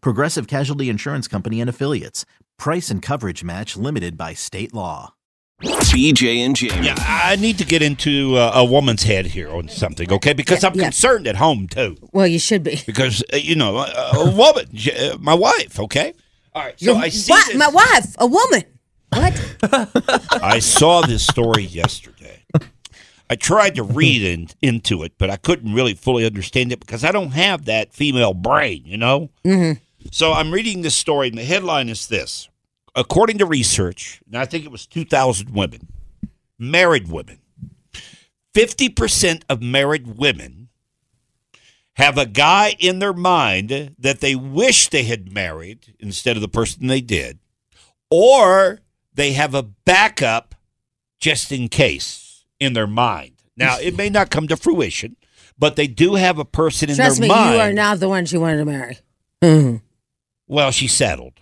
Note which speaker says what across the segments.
Speaker 1: Progressive Casualty Insurance Company and Affiliates. Price and coverage match limited by state law.
Speaker 2: BJ and Jamie.
Speaker 3: Yeah, I need to get into uh, a woman's head here on something, okay? Because
Speaker 4: Yeah,
Speaker 3: I'm
Speaker 4: yeah.
Speaker 3: concerned at home too.
Speaker 4: Well, you should be.
Speaker 3: Because uh, you know, a, a woman, j- uh, my wife, okay? All right. So
Speaker 4: Your
Speaker 3: I see
Speaker 4: wi-
Speaker 3: this-
Speaker 4: my wife, a woman. What?
Speaker 3: I saw this story yesterday. I tried to read in, into it, but I couldn't really fully understand it because I don't have that female brain, you know? Mm-hmm. So I'm reading this story, and the headline is this According to research, and I think it was 2,000 women, married women, 50% of married women have a guy in their mind that they wish they had married instead of the person they did or they have a backup just in case in their mind. Now, it may not come to fruition, but they do have a person in
Speaker 4: Trust
Speaker 3: their
Speaker 4: me,
Speaker 3: mind. Mm-hmm.
Speaker 4: you are not the one she wanted to marry. Mhm.
Speaker 3: Well, she settled.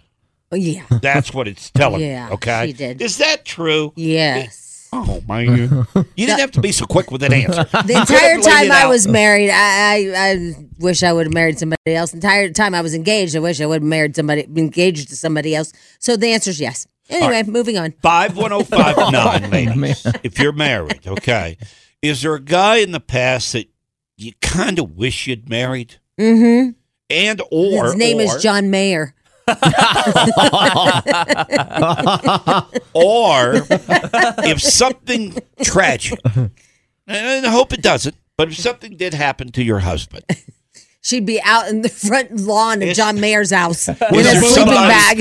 Speaker 4: Oh, yeah.
Speaker 3: That's what it's telling me,
Speaker 4: Yeah,
Speaker 3: Okay.
Speaker 4: she did.
Speaker 3: Is that true?
Speaker 4: Yes.
Speaker 3: Oh man, you didn't have to be so quick with that answer.
Speaker 4: The entire
Speaker 3: Could've laid
Speaker 4: time
Speaker 3: it
Speaker 4: I
Speaker 3: out.
Speaker 4: was married, I, I, I wish I would have married somebody else. The entire time I was engaged, I wish I would have married somebody, been engaged to somebody else. So the answer is yes. Anyway, moving on.
Speaker 3: Five one oh five nine, ladies. If you're married, okay. Is there a guy in the past that you kind of wish you'd married,
Speaker 4: Mm-hmm.
Speaker 3: and or
Speaker 4: His name
Speaker 3: or-
Speaker 4: is John Mayer.
Speaker 3: or if something tragic, and I hope it doesn't, but if something did happen to your husband,
Speaker 4: She'd be out in the front lawn of John Mayer's house in
Speaker 3: Is
Speaker 4: a
Speaker 3: there
Speaker 4: sleeping
Speaker 3: somebody-
Speaker 4: bag.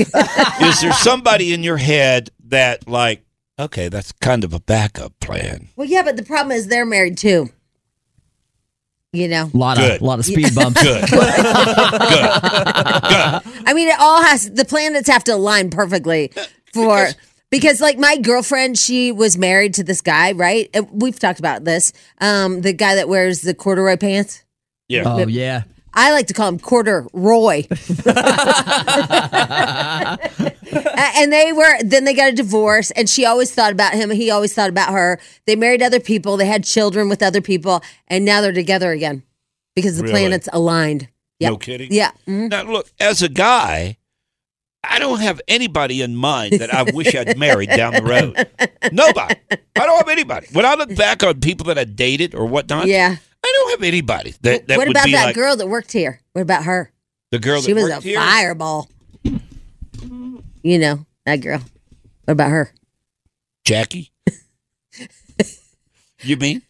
Speaker 3: is there somebody in your head that, like, okay, that's kind of a backup plan?
Speaker 4: Well, yeah, but the problem is they're married too. You know,
Speaker 5: lot
Speaker 3: Good.
Speaker 5: of lot of speed bumps.
Speaker 3: Good. Good.
Speaker 4: I mean, it all has the planets have to align perfectly for because, like my girlfriend, she was married to this guy, right? And we've talked about this. Um, the guy that wears the corduroy pants. Uh,
Speaker 3: Yeah.
Speaker 5: Oh yeah.
Speaker 4: I like to call him Quarter Roy. and they were then they got a divorce and she always thought about him, he always thought about her. They married other people, they had children with other people, and now they're together again because the
Speaker 3: Really?
Speaker 4: planets aligned. Yeah.
Speaker 3: No kidding.
Speaker 4: Yeah. Mhm.
Speaker 3: Now, look, as a guy, I don't have anybody in mind that I wish I'd married down the road. Nobody. I don't have anybody. When I look back on people that I dated or whatnot,
Speaker 4: Yeah.
Speaker 3: I don't have anybody that, that
Speaker 4: what
Speaker 3: would
Speaker 4: about
Speaker 3: be
Speaker 4: that
Speaker 3: like
Speaker 4: girl that worked here? What about her?
Speaker 3: the girl that
Speaker 4: she was a
Speaker 3: worked here.
Speaker 4: fireball. You know, that girl. What about her?
Speaker 3: Jackie. you mean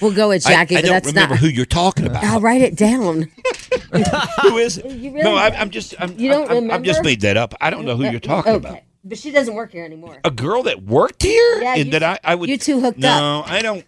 Speaker 4: We'll go with
Speaker 3: I-
Speaker 4: Jackie,
Speaker 3: I,
Speaker 4: but
Speaker 3: don't
Speaker 4: that's
Speaker 3: remember
Speaker 4: not
Speaker 3: who you're talking about.
Speaker 4: I'll write it down.
Speaker 3: who is it?
Speaker 4: You really
Speaker 3: no, I'm, I'm just. I'm,
Speaker 4: You don't
Speaker 3: I'm, I'm- I'm just
Speaker 4: remember?
Speaker 3: made that up. I don't know who you're talking
Speaker 4: okay.
Speaker 3: about.
Speaker 4: But she doesn't work here anymore.
Speaker 3: A girl that worked here,
Speaker 4: Yeah,
Speaker 3: and
Speaker 4: you-
Speaker 3: that I, I would.
Speaker 4: you two hooked
Speaker 3: no,
Speaker 4: up.
Speaker 3: No, I don't.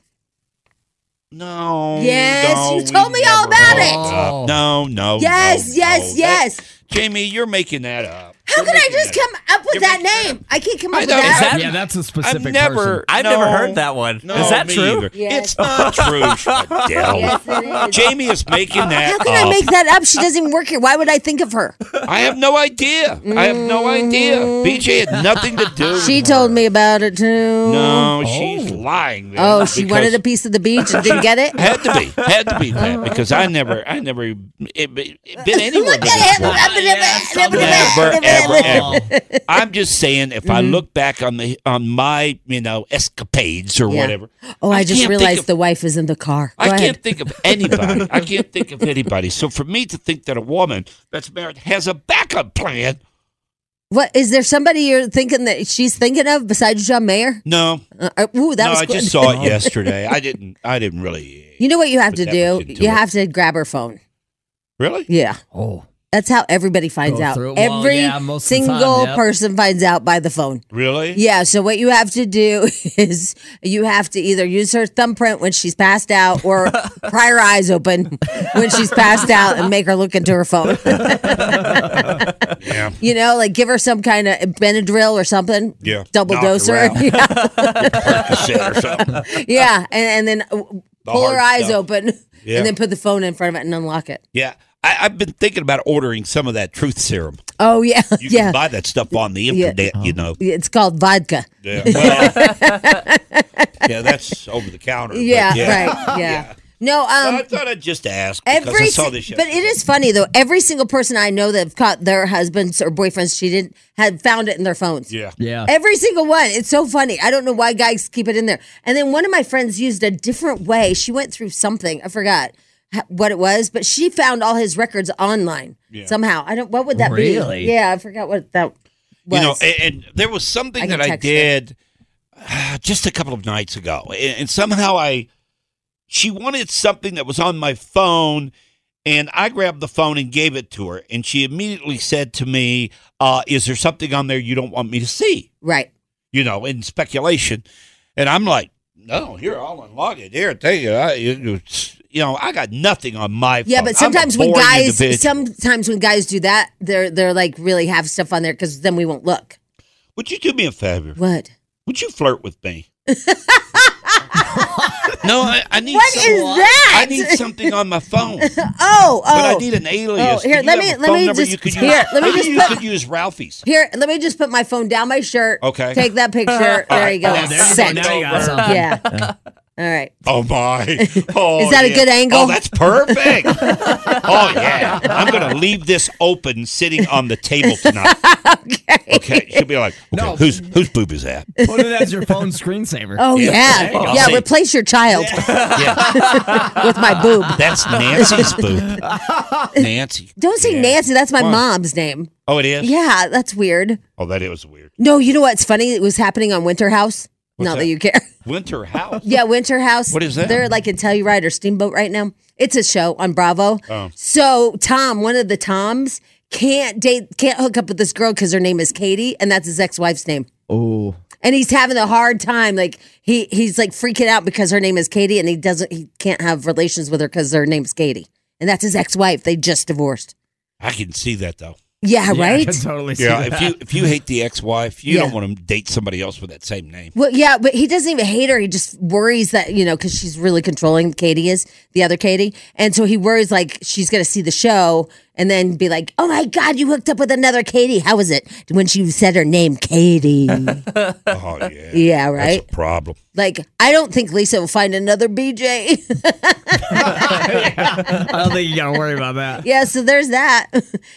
Speaker 3: No.
Speaker 4: Yes,
Speaker 3: no,
Speaker 4: you
Speaker 3: we
Speaker 4: told me all
Speaker 3: never
Speaker 4: about
Speaker 3: hooked
Speaker 4: it.
Speaker 3: up. No, no.
Speaker 4: Yes,
Speaker 3: no,
Speaker 4: yes,
Speaker 3: no. That-
Speaker 4: yes.
Speaker 3: Jamie, you're making that up.
Speaker 4: How
Speaker 3: You're
Speaker 4: could I
Speaker 3: making
Speaker 4: just
Speaker 3: that up.
Speaker 4: come up with
Speaker 3: You're
Speaker 4: that
Speaker 3: making
Speaker 4: name? I can't come up
Speaker 3: I
Speaker 4: with
Speaker 3: know.
Speaker 4: that.
Speaker 3: Is that-
Speaker 5: yeah, that's a
Speaker 3: I've
Speaker 5: specific
Speaker 3: never.
Speaker 5: person.
Speaker 6: I've never
Speaker 3: no,
Speaker 6: heard that one.
Speaker 3: No,
Speaker 6: Is that
Speaker 3: me
Speaker 6: true?
Speaker 3: either.
Speaker 4: Yes.
Speaker 3: It's not true, Adele.
Speaker 4: Yes, it is.
Speaker 3: Jamie is making that
Speaker 4: How can
Speaker 3: up.
Speaker 4: I make that up? She doesn't even work here. Why would I think of her?
Speaker 3: I have no idea. I have no idea. BJ had nothing to do. with
Speaker 4: She
Speaker 3: her.
Speaker 4: told me about it too.
Speaker 3: Uh, No, she's lying. then,
Speaker 4: Oh, she
Speaker 3: because-
Speaker 4: wanted a piece of the beach and didn't get it.
Speaker 3: Had to be. Had to be that because I never, I never it, it, it been anywhere.
Speaker 4: Look
Speaker 3: but this
Speaker 4: at him.
Speaker 3: one. Never, ever, ever. I'm just saying, if I look back on the on my you know escapades or
Speaker 4: Yeah.
Speaker 3: whatever,
Speaker 4: Oh, I just
Speaker 3: can't think
Speaker 4: realized
Speaker 3: of-
Speaker 4: the wife is in the car. Go
Speaker 3: I
Speaker 4: ahead.
Speaker 3: can't think of anybody. I can't think of anybody. So for me to think that a woman that's married has a backup plan,
Speaker 4: What is there somebody you're thinking that she's thinking of besides John Mayer?
Speaker 3: No,
Speaker 4: Uh, uh, ooh, that
Speaker 3: no,
Speaker 4: was
Speaker 3: I
Speaker 4: good.
Speaker 3: just saw it yesterday. I didn't. I didn't really.
Speaker 4: You know what you have
Speaker 3: Put
Speaker 4: to
Speaker 3: that
Speaker 4: do?
Speaker 3: much into
Speaker 4: You
Speaker 3: it.
Speaker 4: have to grab her phone.
Speaker 3: Really?
Speaker 4: Yeah.
Speaker 5: Oh,
Speaker 4: That's how everybody finds
Speaker 5: Go
Speaker 4: out.
Speaker 5: through it. Well,
Speaker 4: Every
Speaker 5: yeah, most of the time,
Speaker 4: single
Speaker 5: yep.
Speaker 4: person finds out by the phone.
Speaker 3: Really?
Speaker 4: Yeah. So what you have to do is you have to either use her thumbprint when she's passed out or pry her eyes open when she's passed out and make her look into her phone.
Speaker 3: Yeah.
Speaker 4: you know, like give her some kind of Benadryl or something.
Speaker 3: Yeah.
Speaker 4: Double
Speaker 3: Knock her
Speaker 4: dose her.
Speaker 3: out.
Speaker 4: Yeah.
Speaker 3: Percocet or something.
Speaker 4: yeah. And, and then uh,
Speaker 3: The
Speaker 4: pull her
Speaker 3: hard
Speaker 4: eyes
Speaker 3: stuff.
Speaker 4: open
Speaker 3: Yeah.
Speaker 4: and then put the phone in front of it and unlock it.
Speaker 3: Yeah. I, I've been thinking about ordering some of that truth serum.
Speaker 4: Oh, yeah.
Speaker 3: You
Speaker 4: yeah.
Speaker 3: can buy that stuff on the
Speaker 4: Yeah. Oh.
Speaker 3: internet, you know.
Speaker 4: it's called vodka.
Speaker 3: Yeah, well, yeah that's over the counter. but
Speaker 4: Yeah, right. Yeah.
Speaker 3: No,
Speaker 4: No, um,
Speaker 3: I thought I'd just ask because
Speaker 4: every
Speaker 3: I saw
Speaker 4: si-
Speaker 3: this
Speaker 4: but it
Speaker 3: yesterday.
Speaker 4: is funny though. Every single person I know that have caught their husbands or boyfriends cheating had found it in their phones.
Speaker 3: Yeah.
Speaker 5: yeah.
Speaker 4: Every single one. It's so funny. I don't know why guys keep it in there. And then one of my friends used a different way. She went through something. I forgot h- what it was, but she found all his records online somehow. I don't. What would that
Speaker 5: Really?
Speaker 4: be? Yeah, I forgot what that was.
Speaker 3: You know, and, and there was something
Speaker 4: I can
Speaker 3: that I
Speaker 4: text
Speaker 3: did uh, just a couple of nights ago, and, and somehow I she wanted something that was on my phone, and I grabbed the phone and gave it to her, and she immediately said to me, uh, "Is there something on there you don't want me to see?"
Speaker 4: right?
Speaker 3: You know, in speculation, and I'm like, "No, here I'll unlock it. Here, take it. I, it's- you know, I got nothing on my phone."
Speaker 4: Yeah, but
Speaker 3: I'm a
Speaker 4: sometimes when
Speaker 3: boring
Speaker 4: guys,
Speaker 3: individual.
Speaker 4: sometimes when guys do that, they're they're like really have stuff on there because then we won't look.
Speaker 3: would you do me a favor?
Speaker 4: What?
Speaker 3: Would you flirt with me? no, I, I need.
Speaker 4: What
Speaker 3: some-
Speaker 4: is that?
Speaker 3: I need something on my phone, but
Speaker 4: Oh, oh.
Speaker 3: I need an alias.
Speaker 4: Oh,
Speaker 3: Do
Speaker 4: here,
Speaker 3: you have
Speaker 4: let me-
Speaker 3: a
Speaker 4: let
Speaker 3: phone
Speaker 4: me
Speaker 3: number
Speaker 4: just-
Speaker 3: You could use,
Speaker 4: here, let me
Speaker 3: I think
Speaker 4: just
Speaker 3: You
Speaker 4: put-
Speaker 3: could use Ralphie's.
Speaker 4: Here, let me just put my phone down my shirt.
Speaker 3: Okay.
Speaker 4: Take that picture. there you go.
Speaker 3: Oh, there you go.
Speaker 4: Sent.
Speaker 5: Now you got something.
Speaker 4: yeah. All right.
Speaker 3: Oh my! Oh,
Speaker 4: Is that a
Speaker 3: yeah.
Speaker 4: good angle?
Speaker 3: Oh, that's perfect. oh yeah, I'm gonna leave this open, sitting on the table tonight. okay. Okay. She'll be like, okay,
Speaker 5: No.
Speaker 3: who's whose boob is that?
Speaker 5: Put it as your phone screensaver.
Speaker 4: Oh
Speaker 3: Yeah,
Speaker 4: yeah.
Speaker 3: there you go.
Speaker 4: Yeah,
Speaker 3: See.
Speaker 4: replace your child
Speaker 3: yeah,
Speaker 4: with my boob.
Speaker 3: that's Nancy's boob. Nancy.
Speaker 4: Don't say
Speaker 3: Yeah.
Speaker 4: Nancy, that's my
Speaker 3: Why?
Speaker 4: mom's name.
Speaker 3: Oh, it is.
Speaker 4: Yeah, that's weird.
Speaker 3: Oh, that is weird.
Speaker 4: No, you know what's funny? It was happening on Winter House.
Speaker 3: What's
Speaker 4: Not that?
Speaker 3: that?
Speaker 4: you care.
Speaker 3: Winter house.
Speaker 4: Yeah, Winter House.
Speaker 3: What is that?
Speaker 4: They're like in Telluride or Steamboat right now. It's a show on Bravo.
Speaker 3: Oh.
Speaker 4: So Tom, one of the Toms, can't date, can't hook up with this girl because her name is Katie, and that's his ex-wife's name.
Speaker 5: Oh,
Speaker 4: and he's having a hard time. Like he he's like freaking out because her name is Katie, and he doesn't he can't have relations with her because her name's Katie, and that's his ex wife. They just divorced.
Speaker 3: I can see that though.
Speaker 4: Yeah,
Speaker 5: yeah, I
Speaker 4: right.
Speaker 5: can totally see
Speaker 3: Yeah,
Speaker 5: that.
Speaker 3: if you if you hate the ex-wife, you
Speaker 4: Yeah.
Speaker 3: don't want to date somebody else with that same name.
Speaker 4: Well, yeah, but he doesn't even hate her. He just worries that you know because she's really controlling. Katie is the other Katie, and so he worries like she's gonna see the show and then be like, "Oh my God, you hooked up with another Katie. How was it when she said her name, Katie?"
Speaker 3: Oh yeah,
Speaker 4: yeah, right.
Speaker 3: That's a problem.
Speaker 4: Like I don't think Lisa will find another BJ.
Speaker 5: I don't think you gotta worry about that.
Speaker 4: Yeah, so there's that.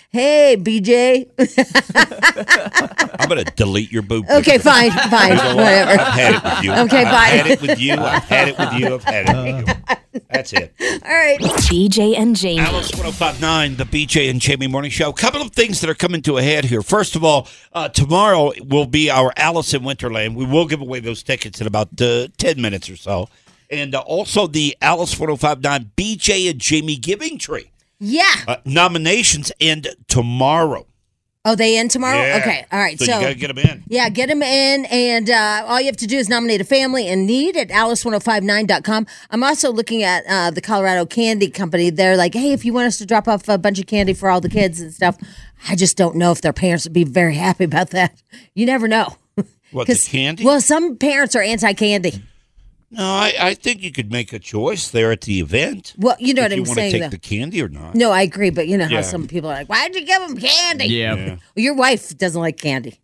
Speaker 4: hey, BJ.
Speaker 3: I'm gonna delete your boob.
Speaker 4: Okay,
Speaker 3: picture.
Speaker 4: fine, fine,
Speaker 3: I've
Speaker 4: whatever.
Speaker 3: had it with you.
Speaker 4: Okay,
Speaker 3: I've
Speaker 4: bye.
Speaker 3: Had it with you. I've had it with you. I've had it with you. That's it.
Speaker 4: All right.
Speaker 6: BJ and Jamie.
Speaker 3: Alice 1059, the BJ and Jamie Morning Show. A couple of things that are coming to a head here. First of all, uh, tomorrow will be our Alice in Winterland. We will give away those tickets in about uh, 10 minutes or so. And uh, also the Alice 1059 BJ and Jamie Giving Tree
Speaker 4: Yeah.
Speaker 3: uh, nominations end tomorrow.
Speaker 4: Oh, they in tomorrow?
Speaker 3: Yeah.
Speaker 4: Okay. All right. So,
Speaker 3: So, you got to get them in.
Speaker 4: yeah, get them in. And uh, all you have to do is nominate a family in need at alice1059.com. I'm also looking at uh, the Colorado Candy Company. They're like, hey, if you want us to drop off a bunch of candy for all the kids and stuff, I just don't know if their parents would be very happy about that. You never know.
Speaker 3: What, the
Speaker 4: 'Cause-
Speaker 3: candy?
Speaker 4: Well, some parents are anti candy.
Speaker 3: no, I, I think you could make a choice there at the event.
Speaker 4: Well, you know
Speaker 3: if
Speaker 4: what
Speaker 3: you
Speaker 4: I'm
Speaker 3: wanna
Speaker 4: saying,
Speaker 3: take
Speaker 4: though.
Speaker 3: the candy or not.
Speaker 4: No, I agree, but you know how
Speaker 3: Yeah.
Speaker 4: some people are like, "Why'd you give him candy?"
Speaker 5: Yeah.
Speaker 4: Well, your wife doesn't like candy.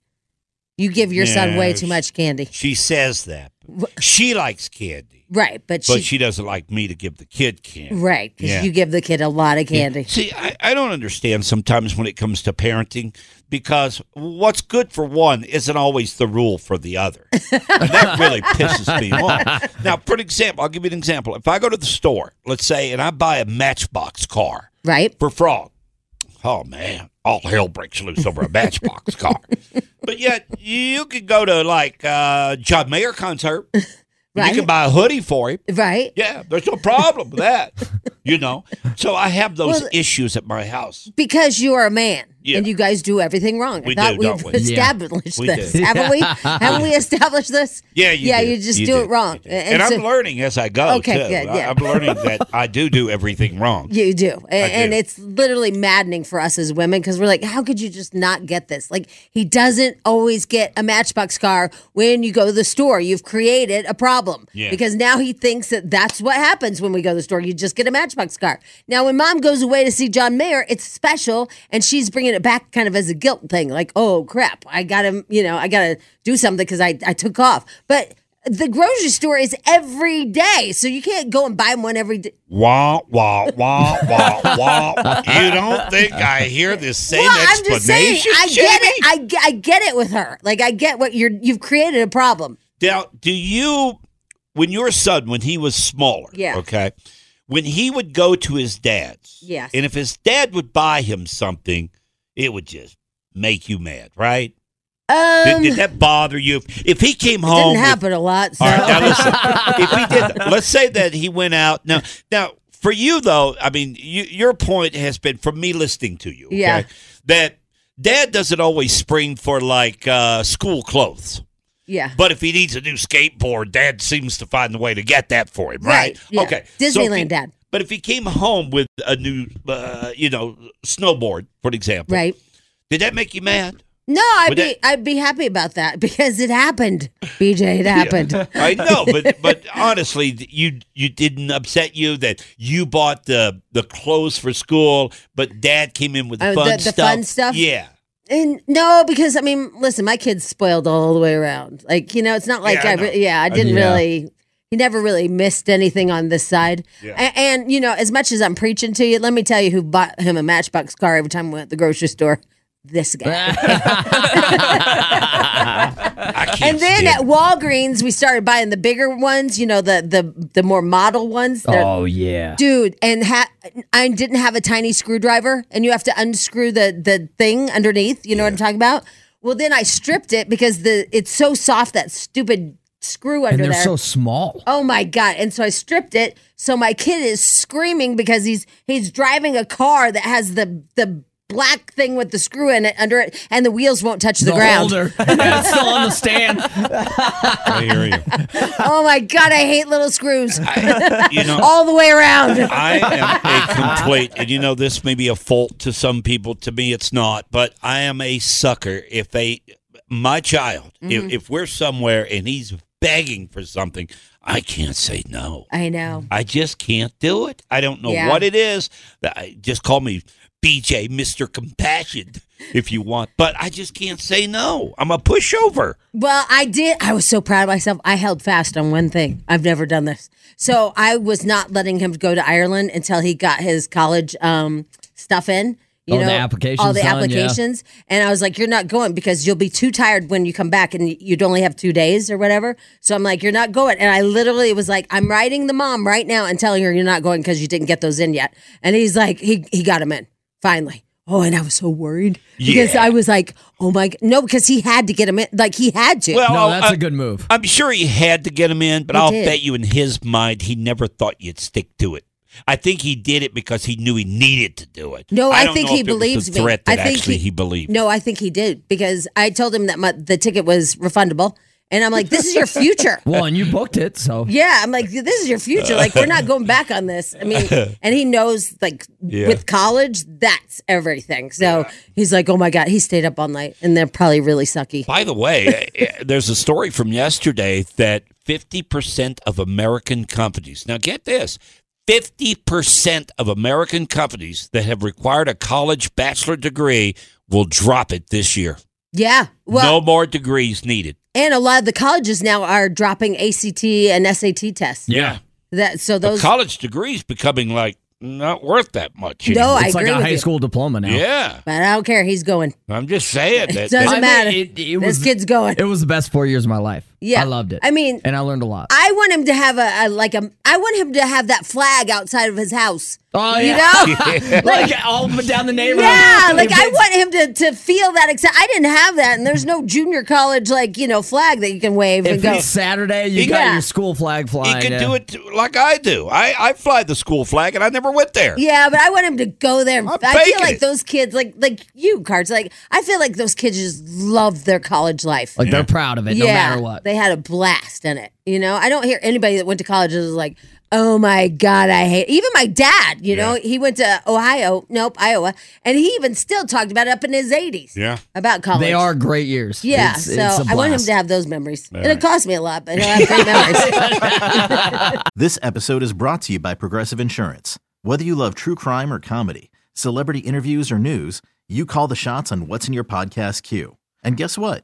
Speaker 4: You give your son
Speaker 3: Yeah,
Speaker 4: way
Speaker 3: she-
Speaker 4: too much candy,
Speaker 3: She says that. She likes candy.
Speaker 4: right? But she,
Speaker 3: But she doesn't like me to give the kid candy.
Speaker 4: right? Because
Speaker 3: Yeah.
Speaker 4: you give the kid a lot of candy.
Speaker 3: See, I, I don't understand sometimes when it comes to parenting because what's good for one isn't always the rule for the other. And that really pisses me off. Now, for an example, I'll give you an example. If I go to the store, let's say, and I buy a Matchbox car
Speaker 4: Right?
Speaker 3: for Frog, oh man, all hell breaks loose over a Matchbox car. But yet, you could go to like uh, John Mayer concert.
Speaker 4: Right.
Speaker 3: You can buy a hoodie for him.
Speaker 4: Right?
Speaker 3: Yeah, there's no problem with that. You know, so I have those
Speaker 4: Well,
Speaker 3: issues at my house.
Speaker 4: Because you are a man
Speaker 3: Yeah.
Speaker 4: and you guys do everything wrong.
Speaker 3: We
Speaker 4: I thought
Speaker 3: do,
Speaker 4: we've
Speaker 3: don't we?
Speaker 5: Yeah.
Speaker 4: established
Speaker 3: We do.
Speaker 4: this. Haven't we? Haven't we established this?
Speaker 3: Yeah, you
Speaker 4: Yeah,
Speaker 3: do.
Speaker 4: you just do it wrong.
Speaker 3: You do.
Speaker 4: And
Speaker 3: And,
Speaker 4: so-
Speaker 3: I'm learning as I go.
Speaker 4: Okay,
Speaker 3: too.
Speaker 4: good,
Speaker 3: I-
Speaker 4: yeah.
Speaker 3: I'm learning that I do do everything wrong.
Speaker 4: You do. A- And
Speaker 3: do.
Speaker 4: it's literally maddening for us as women because we're like, how could you just not get this? Like, he doesn't always get a Matchbox car when you go to the store. You've created a problem
Speaker 3: Yeah.
Speaker 4: because now he thinks that that's what happens when we go to the store. You just get a Matchbox car. Now, when mom goes away to see John Mayer, it's special and she's bringing it back kind of as a guilt thing like, oh crap, I got to, you know, I got to do something because I, I took off. But the grocery store is every day. So you can't go and buy one every day.
Speaker 3: Wah, wah, wah, wah, wah. You don't think I hear this same explanation?
Speaker 4: I get
Speaker 3: Jamie?
Speaker 4: it. I, ge- I get it with her. Like I get what you're. You've created a problem.
Speaker 3: Now, do you, when your son, when he was smaller,
Speaker 4: Yeah.
Speaker 3: okay, when he would go to his dad's,
Speaker 4: Yes.
Speaker 3: and if his dad would buy him something, it would just make you mad, right?
Speaker 4: Um,
Speaker 3: Did, did that bother you? If, if he came home,
Speaker 4: didn't
Speaker 3: with-
Speaker 4: happen a lot. So.
Speaker 3: all right, now listen, if he did, let's say that he went out now, now. For you though, I mean, you, your point has been from me listening to you, okay,
Speaker 4: Yeah.
Speaker 3: that dad doesn't always spring for like uh, school clothes.
Speaker 4: yeah.
Speaker 3: But if he needs a new skateboard, Dad seems to find the way to get that for him, right?
Speaker 4: Right, yeah.
Speaker 3: Okay. So if
Speaker 4: Disneyland
Speaker 3: he-
Speaker 4: dad.
Speaker 3: But if he came home with a new, uh, you know, snowboard, for example,
Speaker 4: Right.
Speaker 3: did that make you mad?
Speaker 4: No, I'd
Speaker 3: Would
Speaker 4: be
Speaker 3: that-
Speaker 4: I'd be happy about that because it happened. BJ, it happened.
Speaker 3: I know, but but honestly, you you didn't upset you that you bought the the clothes for school, but Dad came in with the
Speaker 4: Oh,
Speaker 3: fun
Speaker 4: the- the
Speaker 3: stuff.
Speaker 4: fun stuff?
Speaker 3: Yeah.
Speaker 4: And no, because I mean, listen, my kid's spoiled all the way around. Like you know, it's not like
Speaker 3: Yeah, I
Speaker 4: I,
Speaker 3: know.
Speaker 4: re- yeah, I didn't
Speaker 5: Yeah.
Speaker 4: really. He never really missed anything on this side.
Speaker 3: Yeah.
Speaker 4: A- And, you know, as much as I'm preaching to you, let me tell you who bought him a Matchbox car every time we went to the grocery store. This guy.
Speaker 3: I can't
Speaker 4: and then
Speaker 3: stand
Speaker 4: at Walgreens, we started buying the bigger ones. You know, the the the more model ones. They're-
Speaker 5: oh yeah.
Speaker 4: dude and ha- i didn't have a tiny screwdriver and you have to unscrew the the thing underneath you know what i'm talking about well then i stripped it because the it's so soft that stupid screw
Speaker 5: And
Speaker 4: under
Speaker 5: they're
Speaker 4: there
Speaker 5: so small.
Speaker 4: oh my god and so i stripped it so my kid is screaming because he's he's driving a car that has the the black thing with the screw in it under it and the wheels won't touch the, ground
Speaker 5: holder. it's still on the stand.
Speaker 3: I hear you.
Speaker 4: oh my god i hate little screws
Speaker 3: You know,
Speaker 4: all the way around
Speaker 3: I am a complete, and you know, this may be a fault to some people. To me, it's not, but I am a sucker. If they, my child, if, if we're somewhere and he's begging for something, I can't say no.
Speaker 4: i know
Speaker 3: I just can't do it. I don't know
Speaker 4: Yeah.
Speaker 3: what it is. I- Just call me BJ, Mr. Compassion, if you want, but I just can't say no. I'm a pushover.
Speaker 4: Well, I did. I was so proud of myself. I held fast on one thing. I've never done this. So I was not letting him go to Ireland until he got his college um, stuff in. You
Speaker 5: All the
Speaker 4: know,
Speaker 5: applications
Speaker 4: all the
Speaker 5: done, yeah.
Speaker 4: applications, and I was like, "You're not going because you'll be too tired when you come back, and you'd only have two days or whatever." So I'm like, "You're not going," and I literally was like, "I'm writing the mom right now and telling her you're not going because you didn't get those in yet." And he's like, "He he got him in finally." Oh, and I was so worried because
Speaker 3: Yeah.
Speaker 4: I was like, "Oh my g- no," because he had to get him in, like he had to.
Speaker 3: Well,
Speaker 5: No, that's
Speaker 3: I-
Speaker 5: a good move.
Speaker 3: I'm sure he had to get him in, but
Speaker 4: He
Speaker 3: I'll
Speaker 4: did.
Speaker 3: bet you in his mind he never thought you'd stick to it. I think he did it because he knew he needed to do it.
Speaker 4: No, I,
Speaker 3: don't
Speaker 4: think
Speaker 3: know
Speaker 4: he
Speaker 3: if it was
Speaker 4: believes
Speaker 3: the
Speaker 4: me.
Speaker 3: threat
Speaker 4: I
Speaker 3: that
Speaker 4: think
Speaker 3: actually he, believed.
Speaker 4: No, I think he did because I told him that my, the ticket was refundable, and I'm like, "This is your future."
Speaker 5: Well, and you booked it, so
Speaker 4: yeah, I'm like, "This is your future." Like, we're not going back on this. I mean, and he knows, like, with college, that's everything. So he's like, "Oh my god," he stayed up all night, and they're probably really sucky.
Speaker 3: By the way, eh, eh, there's a story from yesterday that 50% of American companies, now get this, 50% of American companies that have required a college bachelor degree will drop it this year.
Speaker 4: Yeah, well,
Speaker 3: no more degrees needed.
Speaker 4: and a lot of the colleges now are dropping ACT and SAT tests.
Speaker 3: Yeah.
Speaker 4: That so those.
Speaker 3: a college degree's becoming like not worth that much.
Speaker 4: no,
Speaker 3: anymore.
Speaker 4: I
Speaker 5: it's like
Speaker 4: agree
Speaker 5: a
Speaker 4: with
Speaker 5: high
Speaker 4: you.
Speaker 5: school diploma now.
Speaker 3: yeah,
Speaker 4: But I don't care. He's going.
Speaker 3: I'm just saying that.
Speaker 4: Doesn't
Speaker 5: I mean,
Speaker 4: matter.
Speaker 5: it- it
Speaker 4: this
Speaker 5: was-
Speaker 4: kid's going.
Speaker 5: It was the best four years of my life.
Speaker 4: Yeah.
Speaker 5: I loved it.
Speaker 4: I mean,
Speaker 5: and I learned a lot.
Speaker 4: I want him to have a, a like a. I want him to have that flag outside of his house.
Speaker 5: Oh,
Speaker 4: you
Speaker 5: yeah.
Speaker 4: know,
Speaker 5: like all up and down the neighborhood.
Speaker 4: yeah, like
Speaker 5: If
Speaker 4: I
Speaker 5: it's-
Speaker 4: want him to to feel that. Except I didn't have that, and there's no junior college like you know flag that you can wave and
Speaker 5: If
Speaker 4: go.
Speaker 5: it's Saturday, you
Speaker 3: He
Speaker 5: got
Speaker 4: could-
Speaker 5: your school flag
Speaker 3: He
Speaker 5: flying.
Speaker 3: could
Speaker 5: yeah.
Speaker 3: do it t- like I do. I, I fly the school flag and I never went there.
Speaker 4: Yeah, but I want him to go there.
Speaker 3: I'm
Speaker 4: I feel
Speaker 3: faking
Speaker 4: like
Speaker 3: it.
Speaker 4: those kids, like like you, cards. Like I feel like those kids just love their college life.
Speaker 5: Like they're proud of it, no matter what.
Speaker 4: They had a blast in it. You know, I don't hear anybody that went to college that was like, oh my God, I hate even my dad, you know, he went to Ohio, nope, Iowa, and he even still talked about it up in his eighties.
Speaker 3: Yeah.
Speaker 4: About college.
Speaker 5: They are great years.
Speaker 4: Yeah,
Speaker 5: It's-
Speaker 4: so
Speaker 5: it's a
Speaker 4: I want him
Speaker 5: blast.
Speaker 4: to have those memories. It'll cost me a lot, but he'll have great memories.
Speaker 1: This episode is brought to you by Progressive Insurance. Whether you love true crime or comedy, celebrity interviews or news, you call the shots on what's in your podcast queue. And guess what?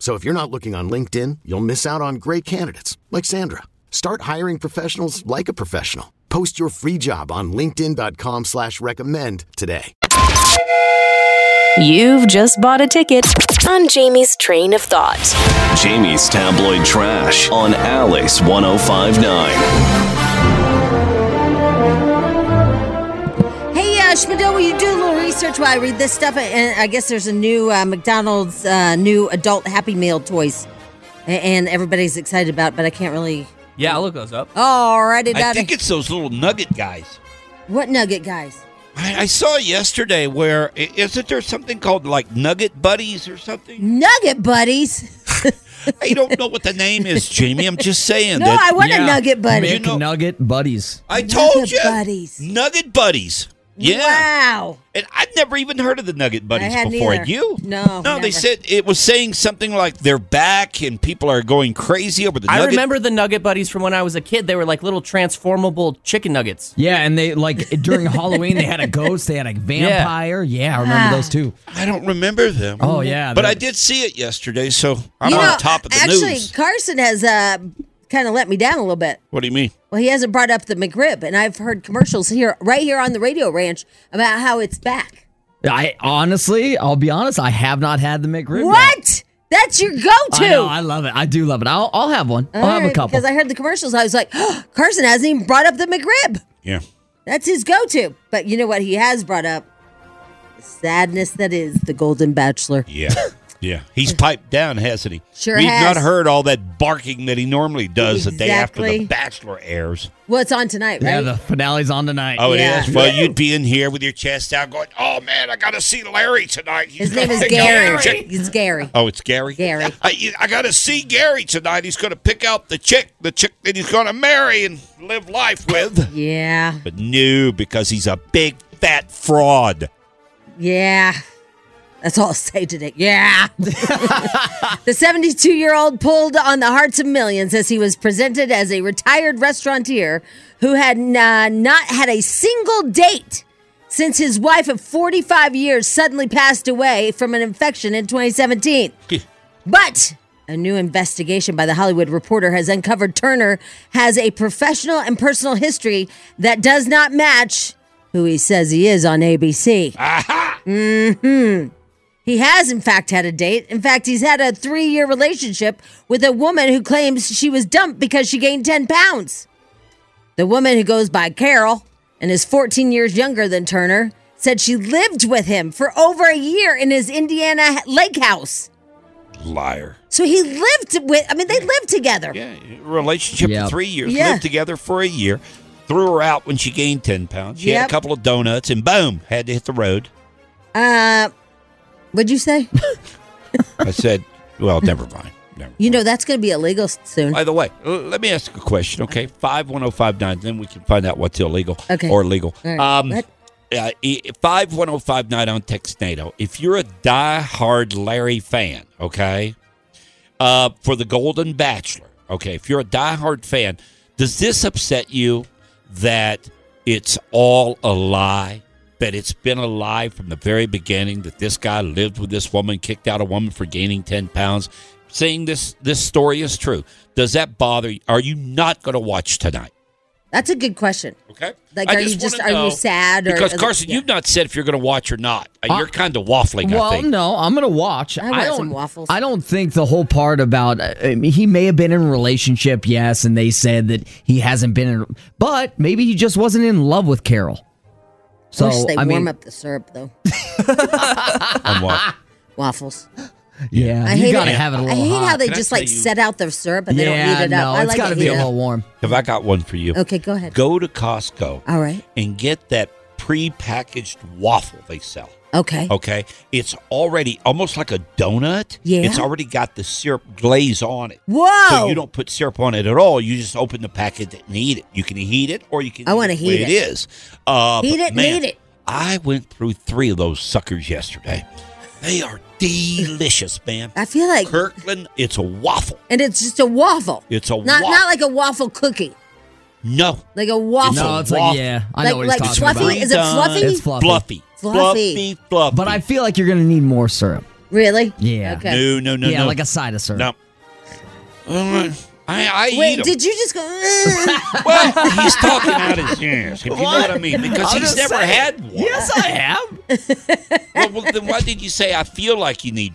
Speaker 7: So if you're not looking on LinkedIn, you'll miss out on great candidates like Sandra. Start hiring professionals like a professional. Post your free job on linkedin.com/recommend slash recommend today.
Speaker 6: You've just bought a ticket.
Speaker 8: On Jamie's train of thought.
Speaker 2: Jamie's tabloid trash on Alice 1059.
Speaker 4: hey, uh, Schmidl, will you do a little research while I read this stuff? And I guess there's a new uh, McDonald's uh, new adult Happy Meal toys, a- and everybody's excited about, it, but I can't really.
Speaker 9: Yeah, I'll look those up.
Speaker 4: Alrighty,
Speaker 3: I
Speaker 4: daddy.
Speaker 3: think it's those little nugget guys.
Speaker 4: What nugget, guys?
Speaker 3: I, I saw yesterday where i- isn't there something called like Nugget Buddies or something?
Speaker 4: Nugget buddies.
Speaker 3: I don't know what the name is, Jamie. I'm just saying
Speaker 4: No, I
Speaker 3: that.
Speaker 4: want a nugget buddy.
Speaker 3: You
Speaker 5: Mick
Speaker 3: know-
Speaker 5: Nugget buddies.
Speaker 3: I, told
Speaker 4: Nugget
Speaker 3: you,
Speaker 4: Buddies.
Speaker 3: Nugget Buddies. Yeah,
Speaker 4: Wow.
Speaker 3: and I'd never even heard of the Nugget Buddies
Speaker 4: hadn't
Speaker 3: before.
Speaker 4: either.
Speaker 3: Had You?
Speaker 4: No,
Speaker 3: no.
Speaker 4: never.
Speaker 3: They said it was saying something like they're back and people are going crazy over the
Speaker 9: I
Speaker 3: Nugget.
Speaker 9: remember the Nugget Buddies from when I was a kid. They were like little transformable chicken nuggets.
Speaker 5: Yeah, and they like during Halloween they had a ghost, they had a vampire. Yeah, I remember
Speaker 4: Ah.
Speaker 5: those too.
Speaker 3: I don't remember them.
Speaker 5: Oh yeah,
Speaker 3: but
Speaker 5: that-
Speaker 3: I did see it yesterday, so I'm
Speaker 4: You
Speaker 3: on
Speaker 4: know,
Speaker 3: top of the
Speaker 4: actually,
Speaker 3: news.
Speaker 4: Carson has uh, kind of let me down a little bit.
Speaker 3: What do you mean?
Speaker 4: Well, he hasn't brought up the McRib, and I've heard commercials here, right here on the radio ranch, about how it's back.
Speaker 5: I honestly, I'll be honest, I have not had the McRib. yet.
Speaker 4: What? That's your go-to.
Speaker 5: I know, I love it. I do love it. I'll, I'll have one. I'll
Speaker 4: All
Speaker 5: have
Speaker 4: right,
Speaker 5: a couple.
Speaker 4: Because I heard the commercials, I was like, oh, Carson hasn't even brought up the McRib.
Speaker 3: Yeah.
Speaker 4: That's his go-to. But you know what? He has brought up the sadness that is the Golden Bachelor.
Speaker 3: Yeah. Yeah. He's piped down, hasn't he?
Speaker 4: Sure
Speaker 3: We've
Speaker 4: has.
Speaker 3: not heard all that barking that he normally does the day after
Speaker 4: Exactly.
Speaker 3: The Bachelor airs.
Speaker 4: Well, it's on tonight, right?
Speaker 5: yeah, the finale's on tonight.
Speaker 3: Oh, it is.
Speaker 4: Yeah.
Speaker 3: Well, you'd be in here with your chest out going, oh, man, I got to see Larry tonight. He's
Speaker 4: his name is
Speaker 3: gonna-
Speaker 4: Gary. It's Gary.
Speaker 3: Oh, it's Gary?
Speaker 4: Gary.
Speaker 3: I, I got to see Gary tonight. He's going to pick out the chick, the chick that he's going to marry and live life with.
Speaker 4: Yeah.
Speaker 3: But no, because he's a big, fat fraud.
Speaker 4: Yeah. That's all I'll say today. Yeah. the 72 year old pulled on the hearts of millions as he was presented as a retired restaurateur who had uh, not had a single date since his wife of 45 years suddenly passed away from an infection in 2017. But a new investigation by the Hollywood Reporter has uncovered Turner has a professional and personal history that does not match who he says he is on ABC. He has, in fact, had a date. In fact, he's had a three year relationship with a woman who claims she was dumped because she gained 10 pounds. The woman who goes by Carol and is 14 years younger than Turner said she lived with him for over a year in his Indiana lake house.
Speaker 3: Liar.
Speaker 4: So he lived with, I mean, they lived together.
Speaker 3: Relationship
Speaker 4: Yep.
Speaker 3: for three years.
Speaker 4: Yeah.
Speaker 3: Lived together for a year. Threw her out when she gained 10 pounds. She had
Speaker 4: Yep.
Speaker 3: a couple of donuts and boom, had to hit the road.
Speaker 4: Uh, what'd you say?
Speaker 3: I said, well, never mind.
Speaker 4: you know, that's going to be illegal s- soon.
Speaker 3: By the way, l- let me ask a question, okay? 51059, then we can find out what's illegal
Speaker 4: Okay.
Speaker 3: or legal.
Speaker 4: All right.
Speaker 3: Um,
Speaker 4: What?
Speaker 3: uh, e- 51059 on Textnado. If you're a die-hard Larry fan, okay, uh, for the Golden Bachelor, okay, if you're a die-hard fan, does this upset you that it's all a lie? That it's been a lie from the very beginning that this guy lived with this woman, kicked out a woman for gaining 10 pounds? Saying this this story is true. Does that bother you? Are you not going to watch tonight?
Speaker 4: That's a good question.
Speaker 3: Okay.
Speaker 4: Like,
Speaker 3: I
Speaker 4: are you
Speaker 3: just wanna
Speaker 4: just, are
Speaker 3: know,
Speaker 4: you sad? Or,
Speaker 3: Because Carson, you've not said if you're going to watch or not. Uh, You're kind of waffling. I
Speaker 5: Well,
Speaker 3: think.
Speaker 5: no, I'm gonna watch. I,
Speaker 4: want
Speaker 5: don't.
Speaker 4: some waffles.
Speaker 5: I don't think the whole part about I mean, he may have been in a relationship, yes, and they said that he hasn't been in, but maybe he just wasn't in love with Carol. So
Speaker 4: I wish they
Speaker 5: I
Speaker 4: warm
Speaker 5: mean,
Speaker 4: up the syrup, though.
Speaker 3: what?
Speaker 4: Waffles.
Speaker 5: yeah,
Speaker 4: I
Speaker 5: you
Speaker 4: hate
Speaker 5: gotta
Speaker 4: it.
Speaker 5: have it a
Speaker 4: I
Speaker 5: little
Speaker 4: hate
Speaker 5: hot.
Speaker 4: how they just like set out their syrup and they
Speaker 5: Yeah,
Speaker 4: don't heat it
Speaker 5: no,
Speaker 4: up. I
Speaker 5: it's
Speaker 4: like
Speaker 5: gotta
Speaker 4: it
Speaker 5: be a
Speaker 4: heated
Speaker 5: little
Speaker 4: up.
Speaker 5: warm.
Speaker 3: Have I got one for you?
Speaker 4: Okay, go ahead.
Speaker 3: Go to Costco.
Speaker 4: All right.
Speaker 3: And get that pre-packaged waffle they sell.
Speaker 4: Okay.
Speaker 3: Okay. It's already almost like a donut.
Speaker 4: Yeah.
Speaker 3: It's already got the syrup glaze on it.
Speaker 4: Whoa.
Speaker 3: So you don't put syrup on it at all. You just open the package and eat it. You can heat it or you can
Speaker 4: I wanna
Speaker 3: the way
Speaker 4: heat
Speaker 3: it
Speaker 4: it.
Speaker 3: is. Uh,
Speaker 4: Heat
Speaker 3: but
Speaker 4: it and
Speaker 3: man,
Speaker 4: eat it.
Speaker 3: I went through three of those suckers yesterday. They are delicious, man.
Speaker 4: I feel like,
Speaker 3: Kirkland, it's a waffle.
Speaker 4: and it's just a waffle.
Speaker 3: It's a
Speaker 4: Not
Speaker 3: waffle.
Speaker 4: not like a waffle cookie,
Speaker 3: no.
Speaker 4: like a waffle.
Speaker 5: No, it's like yeah, I
Speaker 4: Like-
Speaker 5: know what he's
Speaker 4: like
Speaker 5: talking
Speaker 4: fluffy?
Speaker 5: about.
Speaker 4: Is it fluffy?
Speaker 5: It's fluffy.
Speaker 3: Fluffy.
Speaker 4: Fluffy.
Speaker 3: Fluffy, fluffy.
Speaker 5: But I feel like you're gonna need more syrup.
Speaker 4: Really?
Speaker 5: Yeah.
Speaker 4: Okay.
Speaker 3: No, no, no,
Speaker 5: yeah,
Speaker 3: no.
Speaker 5: like a side of syrup.
Speaker 3: No. I, I eat
Speaker 4: Wait,
Speaker 3: 'em.
Speaker 4: did you just go? "Ugh"?
Speaker 3: Well, he's talking out his ass, if you know what I mean, because
Speaker 5: I'm
Speaker 3: he's
Speaker 5: just
Speaker 3: never
Speaker 5: saying.
Speaker 3: had one.
Speaker 5: Yes, I have.
Speaker 3: Well, well, then why did you say I feel like you need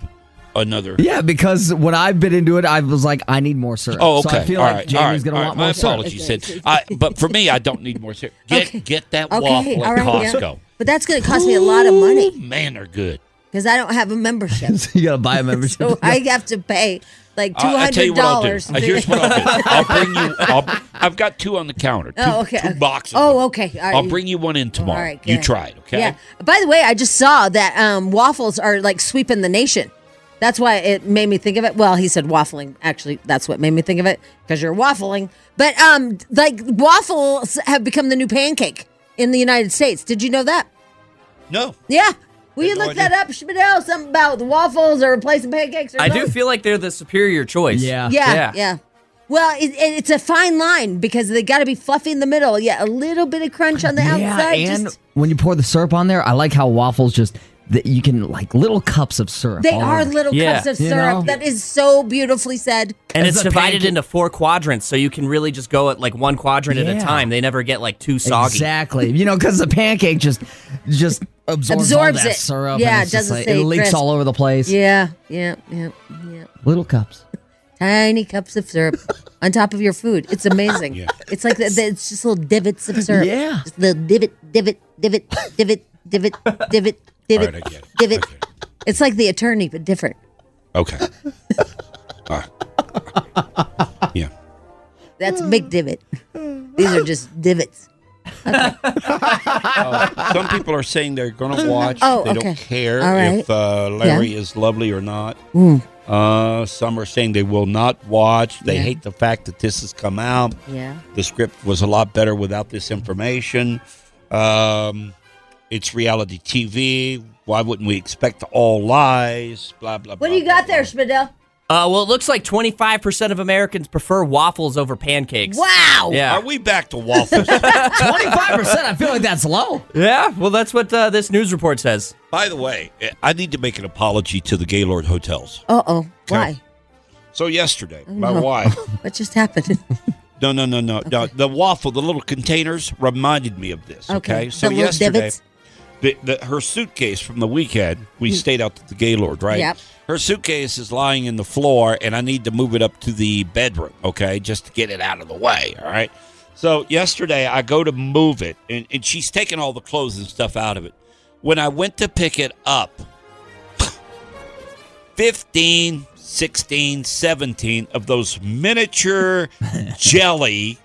Speaker 3: another?
Speaker 5: Yeah, because when I've been into it, I was like, I need more syrup.
Speaker 3: Oh, okay.
Speaker 5: So I feel
Speaker 3: all
Speaker 5: like
Speaker 3: right, all right,
Speaker 5: Jamie's gonna
Speaker 3: all right.
Speaker 5: want
Speaker 3: My
Speaker 5: more syrup.
Speaker 3: apologies, Sid. I, but for me, I don't need more syrup. Get get that
Speaker 4: okay,
Speaker 3: waffle
Speaker 4: all
Speaker 3: at
Speaker 4: right, yeah.
Speaker 3: Costco.
Speaker 4: But that's going to cost me a lot of money
Speaker 3: Ooh, man, are good.
Speaker 4: because I don't have a membership,
Speaker 5: So you gotta buy a membership.
Speaker 4: so I have to pay like two
Speaker 3: I- I tell you
Speaker 4: hundred
Speaker 3: what I'll do.
Speaker 4: dollars.
Speaker 3: Uh, Here's what I'll do. I'll bring you. I'll, I've got two on the counter. Two
Speaker 4: Oh, okay.
Speaker 3: two boxes.
Speaker 4: Oh, okay. All right.
Speaker 3: I'll bring you one in tomorrow.
Speaker 4: right,
Speaker 3: you
Speaker 4: good.
Speaker 3: try it, okay?
Speaker 4: Yeah. By the way, I just saw that um, waffles are like sweeping the nation. That's why it made me think of it. Well, he said waffling. Actually, that's what made me think of it because you're waffling. But um, like waffles have become the new pancake in the United States. Did you know that?
Speaker 3: No.
Speaker 4: Yeah. Will you
Speaker 3: no
Speaker 4: look that up, Schmidl? Something about the waffles are replacing pancakes. Or
Speaker 9: I do
Speaker 4: both?
Speaker 9: feel like they're the superior choice.
Speaker 5: Yeah.
Speaker 4: Yeah, yeah. Well, it, it- it's a fine line because they got to be fluffy in the middle. Yeah, a little bit of crunch on the
Speaker 5: yeah,
Speaker 4: outside.
Speaker 5: and
Speaker 4: just,
Speaker 5: when you pour the syrup on there, I like how waffles just that you can like little cups of syrup.
Speaker 4: they
Speaker 5: all
Speaker 4: are
Speaker 5: over.
Speaker 4: little
Speaker 9: Yeah.
Speaker 4: cups of
Speaker 5: You
Speaker 4: syrup.
Speaker 5: know?
Speaker 4: That is so beautifully said.
Speaker 9: And
Speaker 5: It's
Speaker 9: it's,
Speaker 5: a
Speaker 9: divided
Speaker 5: pancake.
Speaker 9: into four quadrants, so you can really just go at like one quadrant at a
Speaker 5: Yeah.
Speaker 9: time. They never get like too soggy.
Speaker 5: Exactly. You know, because the pancake just just absorbs,
Speaker 4: Absorbs
Speaker 5: all that
Speaker 4: it.
Speaker 5: syrup.
Speaker 4: Yeah,
Speaker 5: and
Speaker 4: it
Speaker 5: it's just
Speaker 4: doesn't
Speaker 5: like-
Speaker 4: stay
Speaker 5: It leaks
Speaker 4: crisp.
Speaker 5: all over the place.
Speaker 4: Yeah, yeah, yeah, yeah.
Speaker 5: Little cups.
Speaker 4: Tiny cups of syrup on top of your food. It's amazing. It's like the, the- it's just little divots of syrup.
Speaker 5: Yeah.
Speaker 4: Just little divot, divot, divot, divot, divot, divot, divot,
Speaker 3: All right, I get it.
Speaker 4: divot.
Speaker 3: Okay.
Speaker 4: It's like the attorney, but different.
Speaker 3: Okay. All right. Yeah.
Speaker 4: That's big divot. These are just divots.
Speaker 3: Some people are saying they're going to watch.
Speaker 4: Oh,
Speaker 3: they
Speaker 4: okay.
Speaker 3: don't care
Speaker 4: All right. Mm.
Speaker 3: if uh, Larry is lovely or not. Uh, some are saying they will not watch. They hate the fact that this has come out.
Speaker 4: Yeah.
Speaker 3: The script was a lot better without this information. Um, it's reality TV. Why wouldn't we expect all lies? Blah blah.
Speaker 4: What do you got there, Schmidl?
Speaker 9: Uh, well, it looks like 25% of Americans prefer waffles over pancakes.
Speaker 4: Wow.
Speaker 9: Yeah.
Speaker 3: Are we back to waffles?
Speaker 5: Twenty five percent. I feel like that's low.
Speaker 9: Yeah, well, that's what uh, this news report says.
Speaker 3: By the way, I need to make an apology to the Gaylord hotels.
Speaker 4: Uh oh. Why?
Speaker 3: So yesterday, my
Speaker 4: no.
Speaker 3: wife
Speaker 4: What just happened?
Speaker 3: No, no, no, no, no. The waffle, the little containers reminded me of this.
Speaker 4: Okay.
Speaker 3: Okay. So
Speaker 4: The little
Speaker 3: yesterday,
Speaker 4: divots?
Speaker 3: the, the, her suitcase from the weekend. We stayed out at the Gaylord, right?
Speaker 4: Mm. Yep.
Speaker 3: Her suitcase is lying in the floor, and I need to move it up to the bedroom, okay, just to get it out of the way, all right? So yesterday, I go to move it, and, and she's taking all the clothes and stuff out of it. When I went to pick it up, 15, 16, 17 of those miniature jelly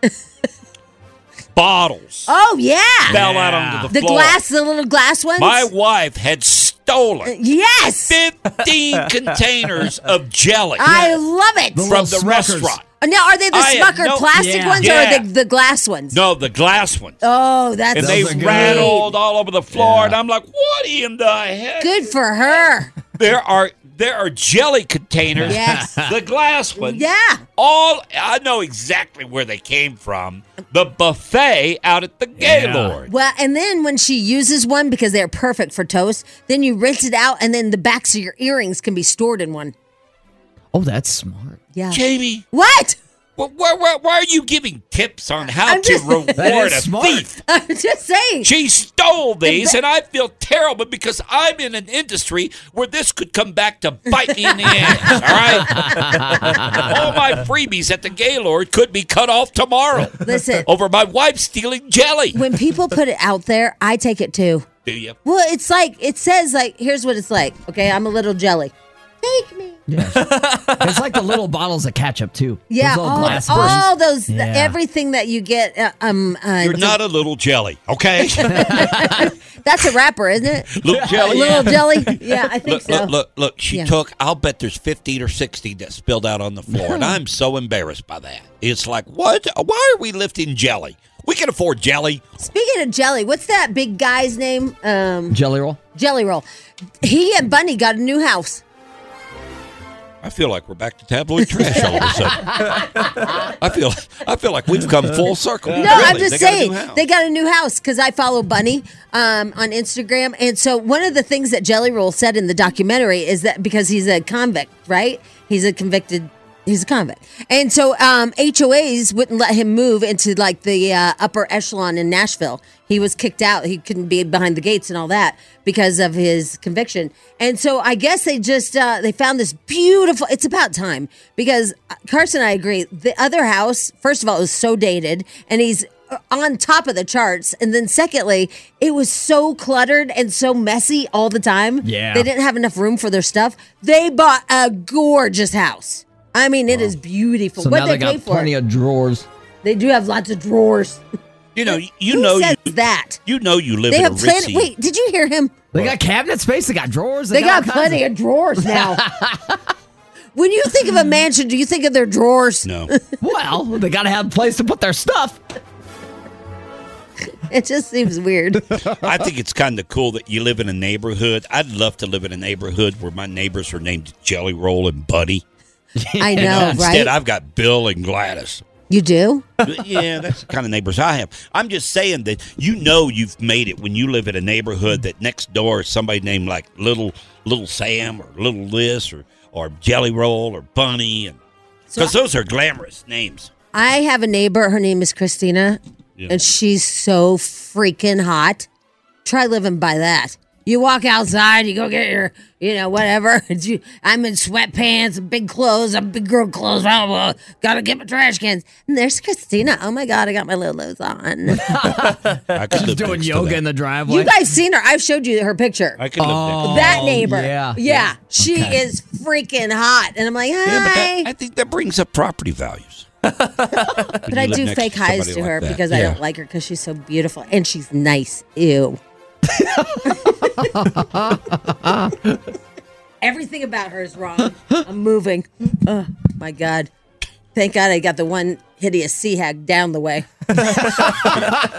Speaker 3: bottles
Speaker 4: Oh yeah.
Speaker 3: fell out onto the,
Speaker 4: The
Speaker 3: floor.
Speaker 4: glass, the little glass ones.
Speaker 3: My wife had stolen
Speaker 4: Uh, yes.
Speaker 3: 15 containers of jelly
Speaker 4: I love it.
Speaker 3: from the restaurant.
Speaker 4: Uh, Now, are they the
Speaker 3: I have
Speaker 4: smucker
Speaker 3: no-
Speaker 4: plastic
Speaker 3: Yeah.
Speaker 4: ones
Speaker 3: Yeah.
Speaker 4: or the, the glass ones?
Speaker 3: No, the glass ones.
Speaker 4: Oh, that's
Speaker 3: and they
Speaker 4: great.
Speaker 3: rattled all over the floor, and I'm like, "What in the heck?"
Speaker 4: Good for her.
Speaker 3: There are there are jelly containers,
Speaker 4: Yes.
Speaker 3: the glass ones,
Speaker 4: Yeah.
Speaker 3: All I know exactly where they came from. The buffet out at the Gaylord.
Speaker 4: Well, and then when she uses one because they're perfect for toast, then you rinse it out, and then the backs of your earrings can be stored in one.
Speaker 5: Oh, that's smart.
Speaker 4: Yeah.
Speaker 3: Jamie,
Speaker 4: What?
Speaker 3: wh- why, why, why are you giving tips on how
Speaker 4: I'm
Speaker 3: to
Speaker 4: just-
Speaker 3: reward
Speaker 5: That
Speaker 3: a
Speaker 5: is smart.
Speaker 3: thief?
Speaker 4: I'm just saying.
Speaker 3: She stole these, and I feel terrible because I'm in an industry where this could come back to bite me in the ass. All right, all my freebies at the Gaylord could be cut off tomorrow
Speaker 4: Listen,
Speaker 3: over my wife stealing jelly.
Speaker 4: when people put it out there, I take it too.
Speaker 3: Do you?
Speaker 4: Well, it's like it says like here's what it's like. Okay, I'm a little jelly. Take me.
Speaker 5: It's like the little bottles of ketchup too.
Speaker 4: Yeah, oh,
Speaker 5: Those little
Speaker 4: all,
Speaker 5: glass
Speaker 4: all
Speaker 5: ones.
Speaker 4: those
Speaker 5: Yeah.
Speaker 4: everything that you get. Uh, um, uh,
Speaker 3: You're not a little jelly, okay?
Speaker 4: that's a wrapper, isn't it?
Speaker 3: little jelly.
Speaker 4: Little jelly. Yeah, I
Speaker 3: Look,
Speaker 4: think so.
Speaker 3: look, look, look. She
Speaker 4: Yeah.
Speaker 3: took. I'll bet there's 15 or 60 that spilled out on the floor, and I'm so embarrassed by that. It's like, what? Why are we lifting jelly? We can afford jelly.
Speaker 4: Speaking of jelly, what's that big guy's name? Um,
Speaker 5: jelly roll.
Speaker 4: Jelly Roll. He and Bunny got a new house.
Speaker 3: I feel like we're back to tabloid trash all of a sudden. I feel I feel like we've come full circle.
Speaker 4: No, I'm just saying they got a new house because I follow Bunny um, on Instagram, and so one of the things that Jelly Roll said in the documentary is that because he's a convict, right? He's a convicted. He's a convict, and so um, HOAs wouldn't let him move into like the uh, upper echelon in Nashville. He was kicked out. He couldn't be behind the gates and all that because of his conviction. And so I guess they just uh, they found this beautiful. It's about time because uh, Carson, and I agree. The other house, first of all, it was so dated, and he's on top of the charts. And then secondly, it was so cluttered and so messy all the time.
Speaker 5: Yeah.
Speaker 4: they didn't have enough room for their stuff. They bought a gorgeous house. I mean, it is beautiful.
Speaker 5: So
Speaker 4: what
Speaker 5: now
Speaker 4: they
Speaker 5: they
Speaker 4: pay
Speaker 5: got
Speaker 4: for?
Speaker 5: plenty
Speaker 4: it.
Speaker 5: of drawers.
Speaker 4: they do have lots of drawers.
Speaker 3: You know, you
Speaker 4: Who
Speaker 3: know,
Speaker 4: says
Speaker 3: you,
Speaker 4: that?
Speaker 3: you know, you live in
Speaker 4: They
Speaker 3: a
Speaker 4: have plenty.
Speaker 3: ritzy.
Speaker 4: Wait, did you hear him?
Speaker 5: They got cabinet space. They got drawers.
Speaker 4: They got
Speaker 5: all kinds
Speaker 4: plenty of drawers now. when you think of a mansion, do you think of their drawers?
Speaker 3: No,
Speaker 5: Well, they got to have a place to put their stuff.
Speaker 4: It just seems weird.
Speaker 3: I think it's kind of cool that you live in a neighborhood. I'd love to live in a neighborhood where my neighbors are named Jelly Roll and Buddy.
Speaker 4: I
Speaker 3: You
Speaker 4: know,
Speaker 3: Instead,
Speaker 4: right?
Speaker 3: I've got Bill and Gladys.
Speaker 4: you do?
Speaker 3: yeah, that's the kind of neighbors I have. I'm just saying that you know you've made it when you live in a neighborhood that next door is somebody named like little little Sam or little this or or Jelly Roll or Bunny and because those are glamorous names.
Speaker 4: I have a neighbor. Her name is Christina, and she's so freaking hot. Try living by that. You walk outside, you go get your, you know, whatever. You- I'm in sweatpants, and big clothes, I'm big girl clothes. Blah, blah, blah. Gotta get my trash cans. And there's Christina. Oh my God, I got my Lulu's on.
Speaker 3: I could live
Speaker 5: Doing
Speaker 3: next to
Speaker 5: yoga
Speaker 3: that.
Speaker 5: in the driveway.
Speaker 4: you guys seen her? I've showed you her picture.
Speaker 3: I could live next.
Speaker 4: that
Speaker 5: Oh,
Speaker 4: neighbor.
Speaker 5: yeah.
Speaker 4: Yeah. She is freaking hot. And I'm like, hi.
Speaker 3: Yeah, but that, I think that brings up property values.
Speaker 4: But I do fake highs to her because I don't like her because she's so beautiful and she's nice. Ew. Everything about her is wrong. I'm moving. Oh my god! Thank God I got the one hideous sea hag down the way.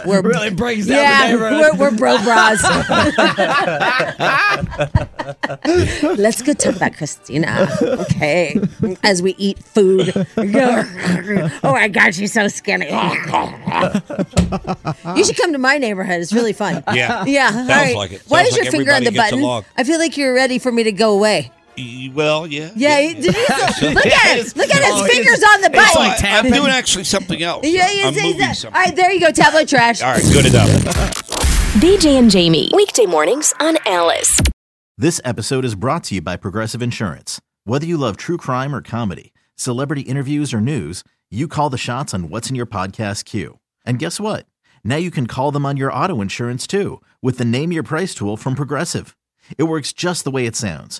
Speaker 4: we're
Speaker 5: really brings down
Speaker 4: yeah,
Speaker 5: the
Speaker 4: we're,
Speaker 5: neighborhood.
Speaker 4: we're bro bras. Let's go talk about Christina, okay? As we eat food. oh my God, she's so skinny. you should come to my neighborhood. It's really fun.
Speaker 3: Yeah.
Speaker 4: Yeah.
Speaker 3: Sounds
Speaker 4: all right.
Speaker 3: like it.
Speaker 4: Why
Speaker 3: Sounds
Speaker 4: is
Speaker 3: like
Speaker 4: your finger on
Speaker 3: everybody
Speaker 4: the
Speaker 3: gets
Speaker 4: button?
Speaker 3: along.
Speaker 4: I feel like you're ready for me to go away.
Speaker 3: Y- Well, yeah.
Speaker 4: Yeah. Did you look at him? Look at his
Speaker 5: Oh,
Speaker 4: fingers
Speaker 5: it's-
Speaker 4: on the
Speaker 5: it's
Speaker 4: button.
Speaker 5: like
Speaker 3: I, am
Speaker 5: tapping.
Speaker 3: doing actually something else.
Speaker 4: yeah, you
Speaker 3: Oh, I'm
Speaker 4: see
Speaker 3: moving
Speaker 4: that. All
Speaker 3: something.
Speaker 4: right, there you go. Tablet trash.
Speaker 3: All right, good enough.
Speaker 6: BJ and Jamie. Weekday mornings on Alice.
Speaker 1: This episode is brought to you by Progressive Insurance. Whether you love true crime or comedy, celebrity interviews or news, you call the shots on what's in your podcast queue. And guess what? Now you can call them on your auto insurance too with the Name Your Price tool from Progressive. It works just the way it sounds.